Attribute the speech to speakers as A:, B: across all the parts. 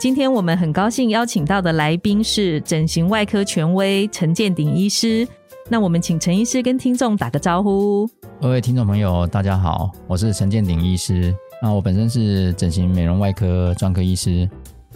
A: 今天我们很高兴邀请到的来宾是整形外科权威陈建鼎医师。那我们请陈医师跟听众打个招呼。
B: 各位听众朋友，大家好，我是陈建鼎医师。那我本身是整形美容外科专科医师，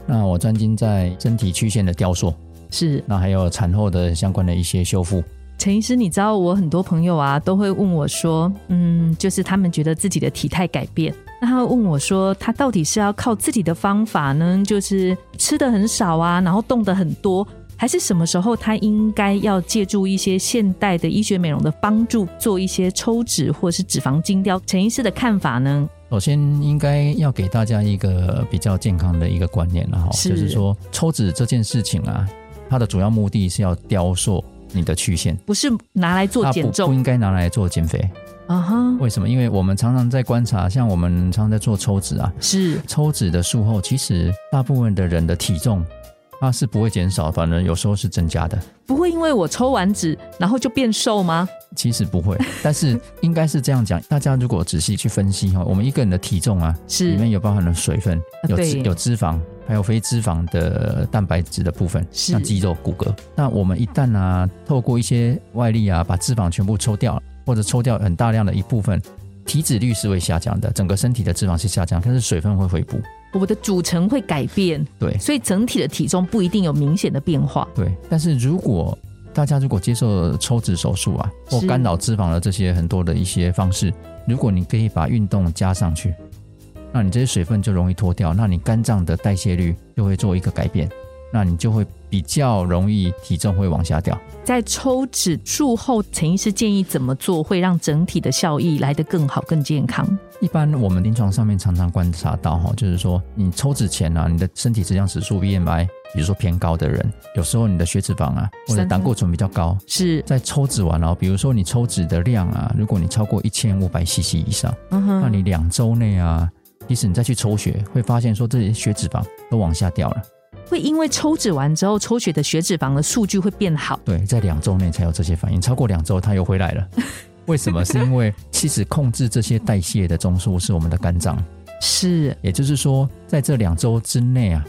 B: 那我专精在身体曲线的雕塑，
A: 是
B: 那还有产后的相关的一些修复。
A: 陈医师，你知道我很多朋友啊都会问我说，嗯，就是他们觉得自己的体态改变，那他会问我说，他到底是要靠自己的方法呢，就是吃的很少啊，然后动的很多，还是什么时候他应该要借助一些现代的医学美容的帮助，做一些抽脂或是脂肪精雕？陈医师的看法呢？
B: 首先，应该要给大家一个比较健康的一个观念啦，哈，
A: 是
B: 就是说抽脂这件事情啊，它的主要目的是要雕塑你的曲线，
A: 不是拿来做
B: 它
A: 减
B: 不不
A: 重
B: 应该拿来做减肥。
A: 啊哈，
B: 为什么？因为我们常常在观察，像我们常常在做抽脂啊，
A: 是
B: 抽脂的术后，其实大部分的人的体重它是不会减少，反而有时候是增加的。
A: 不会因为我抽完脂然后就变瘦吗？
B: 其实不会， 但是应该是这样讲。大家如果仔细去分析哈，我们一个人的体重啊，里
A: 是
B: 面有包含了水分、有脂
A: 啊对
B: 有脂肪，还有非脂肪的蛋白质的部分，
A: 是
B: 像肌肉、骨骼。那我们一旦啊，透过一些外力啊，把脂肪全部抽掉，或者抽掉很大量的一部分，体脂率是会下降的，整个身体的脂肪是下降，但是水分会回补。
A: 我的组成会改变，
B: 对，
A: 所以整体的体重不一定有明显的变化。
B: 对，但是如果大家如果接受抽脂手术啊，或
A: 是
B: 干扰脂肪的这些很多的一些方式，如果你可以把运动加上去，那你这些水分就容易脱掉，那你肝脏的代谢率就会做一个改变，那你就会比较容易体重会往下掉。
A: 在抽脂术后，陈医师建议怎么做会让整体的效益来得更好、更健康？
B: 一般我们临床上面常常观察到哈，就是说你抽脂前啊，你的身体质量指数 BMI，比如说偏高的人，有时候你的血脂肪啊或者
A: 三
B: 胆固醇比较高，
A: 是，
B: 在抽脂完哦，比如说你抽脂的量啊，如果你超过一千五百 CC 以上，
A: 嗯
B: 那
A: 哼，
B: 你两周内啊，即使你再去抽血，会发现说这些血脂肪都往下掉了。
A: 会因为抽脂完之后，抽血的血脂肪的数据会变好，
B: 对，在两周内才有这些反应，超过两周它又回来了。为什么？是因为其实控制这些代谢的中枢是我们的肝脏，
A: 是
B: 也就是说，在这两周之内啊，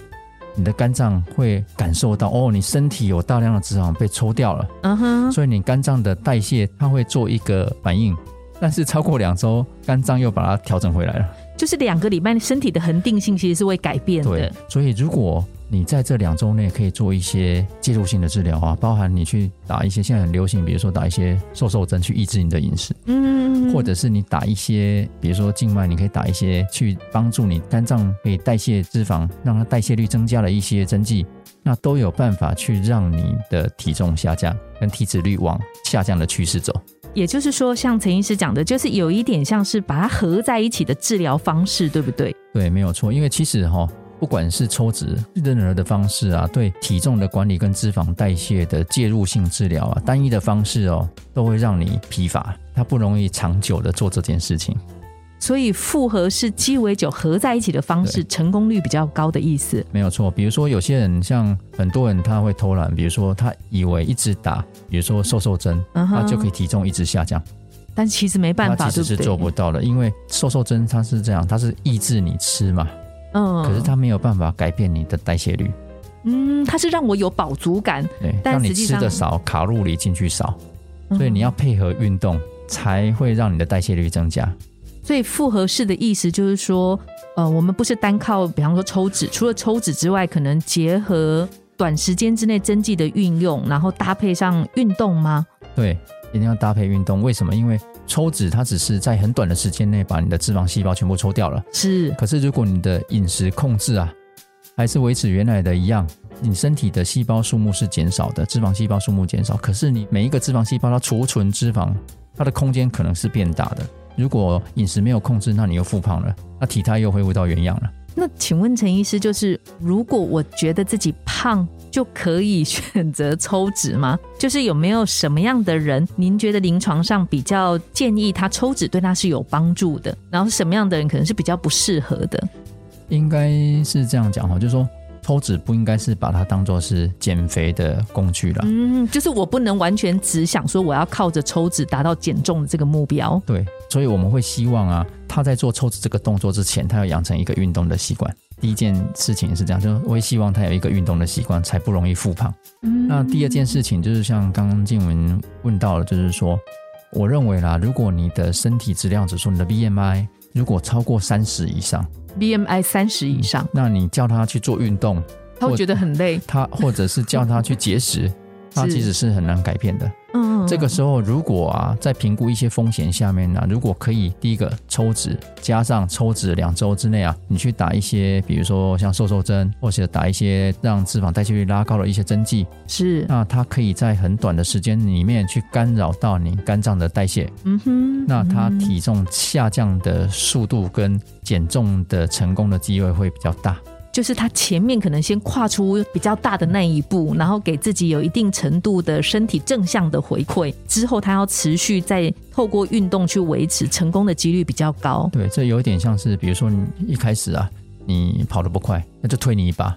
B: 你的肝脏会感受到哦，你身体有大量的脂肪被抽掉了。
A: 嗯哼，
B: 所以你肝脏的代谢它会做一个反应，但是超过两周，肝脏又把它调整回来了。
A: 就是两个礼拜身体的恒定性其实是会改变
B: 对
A: 的，，
B: 所以如果你在这两周内可以做一些介入性的治疗啊，包含你去打一些现在很流行，比如说打一些瘦瘦针去抑制你的饮食，
A: 嗯，
B: 或者是你打一些，比如说静脉，你可以打一些去帮助你肝脏可以代谢脂肪，让它代谢率增加的一些针剂，那都有办法去让你的体重下降，跟体脂率往下降的趋势走。
A: 也就是说，像陈医师讲的，就是有一点像是把它合在一起的治疗方式，对不对？
B: 对，没有错，因为其实哈、不管是抽脂任何的方式啊，对体重的管理跟脂肪代谢的介入性治疗啊，单一的方式哦，都会让你疲乏，它不容易长久的做这件事情。
A: 所以复合式鸡尾酒合在一起的方式，成功率比较高的意思。
B: 没有错，比如说有些人像很多人他会偷懒，比如说他以为一直打，比如说瘦瘦针，
A: 嗯
B: 他就可
A: 以，
B: 以体重一直下降，
A: 但其实没办
B: 他
A: 法，
B: 其
A: 对
B: 实
A: 不
B: 是
A: 对？
B: 做不到的，因为瘦瘦针它是这样，它是抑制你吃嘛，
A: 嗯，
B: 可是它没有办法改变你的代谢率，
A: 嗯，它是让我有饱足感，
B: 对，
A: 但
B: 让你
A: 实际
B: 吃的
A: 上
B: 少，卡路里进去少。
A: 嗯
B: 所以你要，配合运动，才会让你的代谢率增加。
A: 所以复合式的意思就是说，呃，我们不是单靠，比方说抽脂，除了抽脂之外，可能结合短时间之内针剂的运用，然后搭配上运动吗？
B: 对，一定要搭配运动。为什么？因为抽脂它只是在很短的时间内把你的脂肪细胞全部抽掉了，
A: 是，
B: 可是如果你的饮食控制啊，还是维持原来的一样。你身体的细胞数目是减少的，脂肪细胞数目减少，可是你每一个脂肪细胞它储存脂肪，它的空间可能是变大的。如果饮食没有控制，那你又复胖了，那体态又恢复到原样了。
A: 那请问陈医师，就是如果我觉得自己胖，就可以选择抽脂吗？ 就是有没有什么样的人，您觉得临床上比较建议他抽脂对他是有帮助的？然后什么样的人可能是比较不适合的？
B: 应该是这样讲哈，就是说抽脂不应该是把它当做是减肥的工具啦。
A: 嗯，就是我不能完全只想说我要靠着抽脂达到减重的这个目标。
B: 对，所以我们会希望啊，他在做抽脂这个动作之前，他要养成一个运动的习惯。第一件事情是这样，就是我会希望他有一个运动的习惯，才不容易复胖。
A: 嗯
B: 那第二件事情就是像刚刚静文问到了，就是说，我认为啦，如果你的身体质量指数，你的 BMI 如果超过三十以上，
A: BMI 三十以上，
B: 那你叫他去做运动，
A: 他会觉得很累。
B: 他或者是叫他去节食，他
A: 是
B: 其实是很难改变的。
A: 嗯，
B: 这个时候，如果啊，在评估一些风险下面呢、如果可以，第一个抽脂，加上抽脂两周之内啊，你去打一些，比如说像瘦瘦针，或者打一些让脂肪代谢率拉高的一些针剂，
A: 是，
B: 那它可以在很短的时间里面去干扰到你肝脏的代谢，
A: 嗯哼，
B: 那它
A: 嗯
B: 体重下降的速度跟减重的成功的机会会比较大。
A: 就是他前面可能先跨出比较大的那一步，然后给自己有一定程度的身体正向的回馈，之后他要持续再透过运动去维持，成功的几率比较高。
B: 对，这有点像是，比如说你一开始啊，你跑得不快，那就推你一把，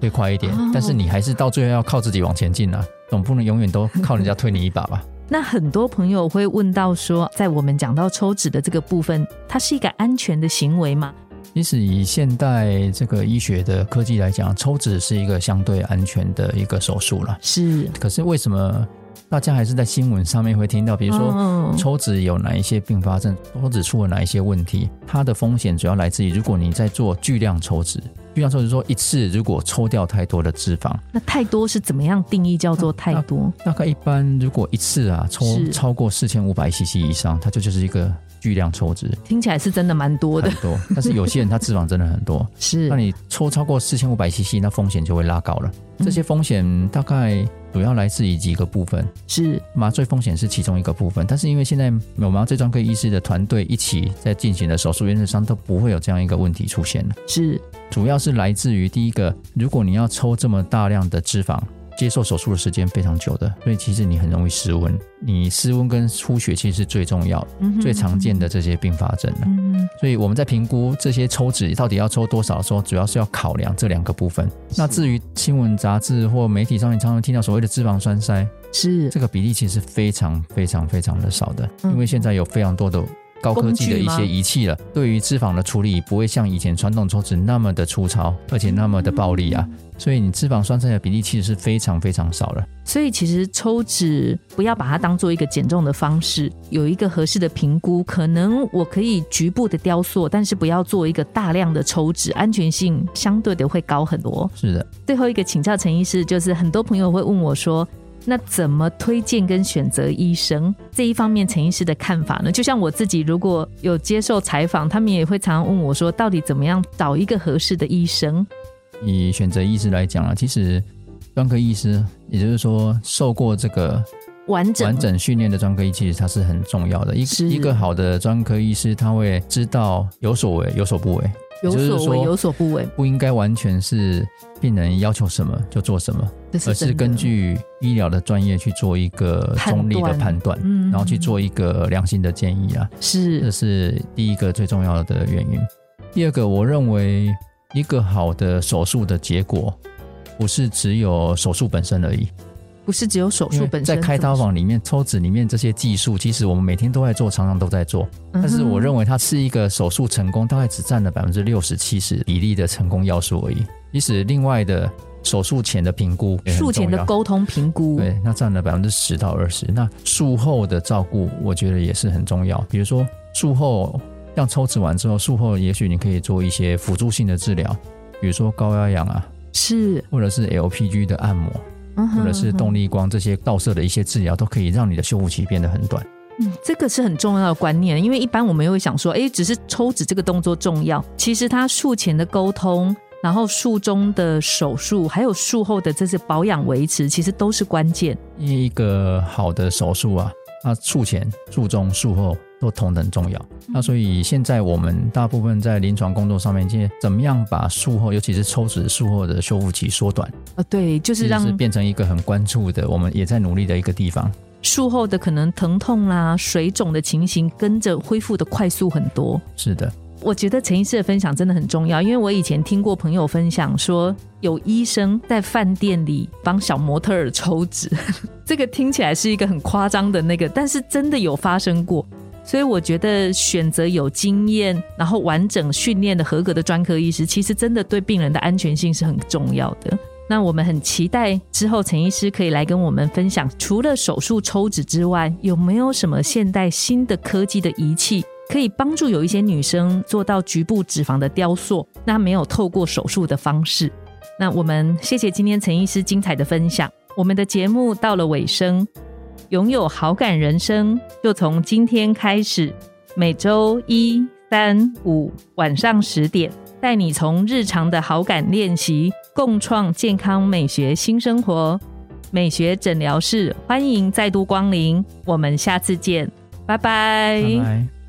B: 推快一点，
A: 哦
B: 但是你还是到最后要靠自己往前进啊，总不能永远都靠人家推你一把吧？
A: 那很多朋友会问到说，在我们讲到抽脂的这个部分，它是一个安全的行为吗？
B: 即使以现代这个医学的科技来讲，抽脂是一个相对安全的一个手术了。
A: 是，
B: 可是为什么大家还是在新闻上面会听到，比
A: 比
B: 如说
A: 嗯
B: 抽脂有哪一些并发症，抽脂出了哪一些问题？它的风险主要来自于，如果你在做巨量抽脂，巨量抽脂说一次如果抽掉太多的脂肪，
A: 那太多是怎么样定义叫做太多？
B: 大概一般如果一次啊抽
A: 是
B: 超过四千五百 CC 以上，它就就是一个巨量抽脂，
A: 听起来是真的蛮多
B: 很
A: 的，
B: 多。但是有些人他脂肪真的很多，
A: 是
B: 那你抽超过四千五百 CC，那风险就会拉高了。
A: 嗯
B: 这些风险大概主要来自于几个部分，
A: 是
B: 麻醉风险是其中一个部分，但是因为现在有麻醉专科医师的团队一起在进行的手术，原则上都不会有这样一个问题出现了。
A: 是
B: 主要是来自于第一个，如果你要抽这么大量的脂肪，接受手术的时间非常久的，所以其实你很容易失温。你失温跟出血其实是最重要、
A: 嗯哼
B: 最常见的这些并发症了。
A: 嗯
B: 所以我们在评估这些抽脂到底要抽多少的时候，主要是要考量这两个部分。那至于新闻杂志或媒体上面常常听到所谓的脂肪栓塞，
A: 是
B: 这个比例其实非常非常非常的少的，
A: 嗯
B: 因为现在有非常多的高科技的一
A: 工具吗
B: 些仪器了，对于脂肪的处理不会像以前传统抽脂那么的粗糙，而且那么的暴力
A: 嗯
B: 啊，所以你脂肪酸菜的比例其实是非常非常少了。
A: 所以其实抽脂不要把它当做一个减重的方式，有一个合适的评估，可能我可以局部的雕塑，但是不要做一个大量的抽脂，安全性相对的会高很多。
B: 是的，
A: 最后一个请教陈医师，就是很多朋友会问我说。那怎么推荐跟选择医生这一方面，陈医师的看法呢？就像我自己，如果有接受采访，他们也会常常问我说，到底怎么样找一个合适的医生？
B: 以选择医师来讲啊，其实专科医师，也就是说受过这个
A: 完整
B: 完整训练的专科医，其实它是很重要的。一
A: 是
B: 一个好的专科医师，他会知道有所为有所不为，
A: 有
B: 就
A: 所
B: 是
A: 为
B: 说
A: 有所不为，
B: 不应该完全是病人要求什么就做什么。
A: 这是
B: 而
A: 真的
B: 是根据医疗的专业去做一个中立的判
A: 判
B: 断，
A: 嗯
B: 然后去做一个良心的建议啊，
A: 是
B: 这是第一个最重要的原因。第二个，我认为一个好的手术的结果，不是只有手术本身而已，
A: 不是只有手
B: 因
A: 术
B: 为
A: 本身
B: 在开刀房里面、抽脂里面这些技术，其实我们每天都在做，常常都在做，
A: 嗯哼，
B: 但是我认
A: 为
B: 为它是一个手术成功大概只占了百分之六十七十比例的成功要素而已，即使另外的手术前的评估也很
A: 术前
B: 重
A: 的
B: 要
A: 沟通评估，
B: 对，那占了百分之十到二十。那术后的照顾，我觉得也是很重要。比如说术后像抽脂完之后，术后也许你可以做一些辅助性的治疗，比如说高压氧啊，
A: 是，嗯
B: 或者是 LPG 的按摩，
A: 或
B: 或者是动
A: 力，
B: 力光这些照射的一些治疗，都可以让你的修复期变得很短。
A: 嗯这个是很重要的观念，因为一般我们会想说，哎，只是抽脂这个动作重要，其实它术前的沟通。然后术中的手术，还有术后的这些保养维持，其实都是关键。
B: 因为一个好的手术啊，它术前、术中、术后都同等重要。那所以现在我们大部分在临床工作上面，现在怎么样把术后，尤其是抽脂术后的修复期缩短，
A: 呃，对，就是
B: 这
A: 让
B: 是变成一个很关注的，我们也在努力的一个地方。
A: 术后的可能疼痛啦、水肿的情形跟着恢复的快速很多。
B: 是的，
A: 我觉得陈医师的分享真的很重要，因为我以前听过朋友分享说，有医生在饭店里帮小模特儿抽脂， 这个听起来是一个很夸张的那个，但是真的有发生过。所以我觉得选择有经验，然后完整训练的合格的专科医师，其实真的对病人的安全性是很重要的。那我们很期待之后陈医师可以来跟我们分享，除了手术抽脂之外，有没有什么现代新的科技的仪器可以帮助有一些女生做到局部脂肪的雕塑？那没有透过手术的方式。那我们谢谢今天陈医师精彩的分享。我们的节目到了尾声，拥有好感人生就从今天开始，每周一、三、五晚上十点。带你从日常的好感练习，共创健康美学新生活。美学诊疗室欢迎再度光临，我们下次见，拜拜
B: 拜拜。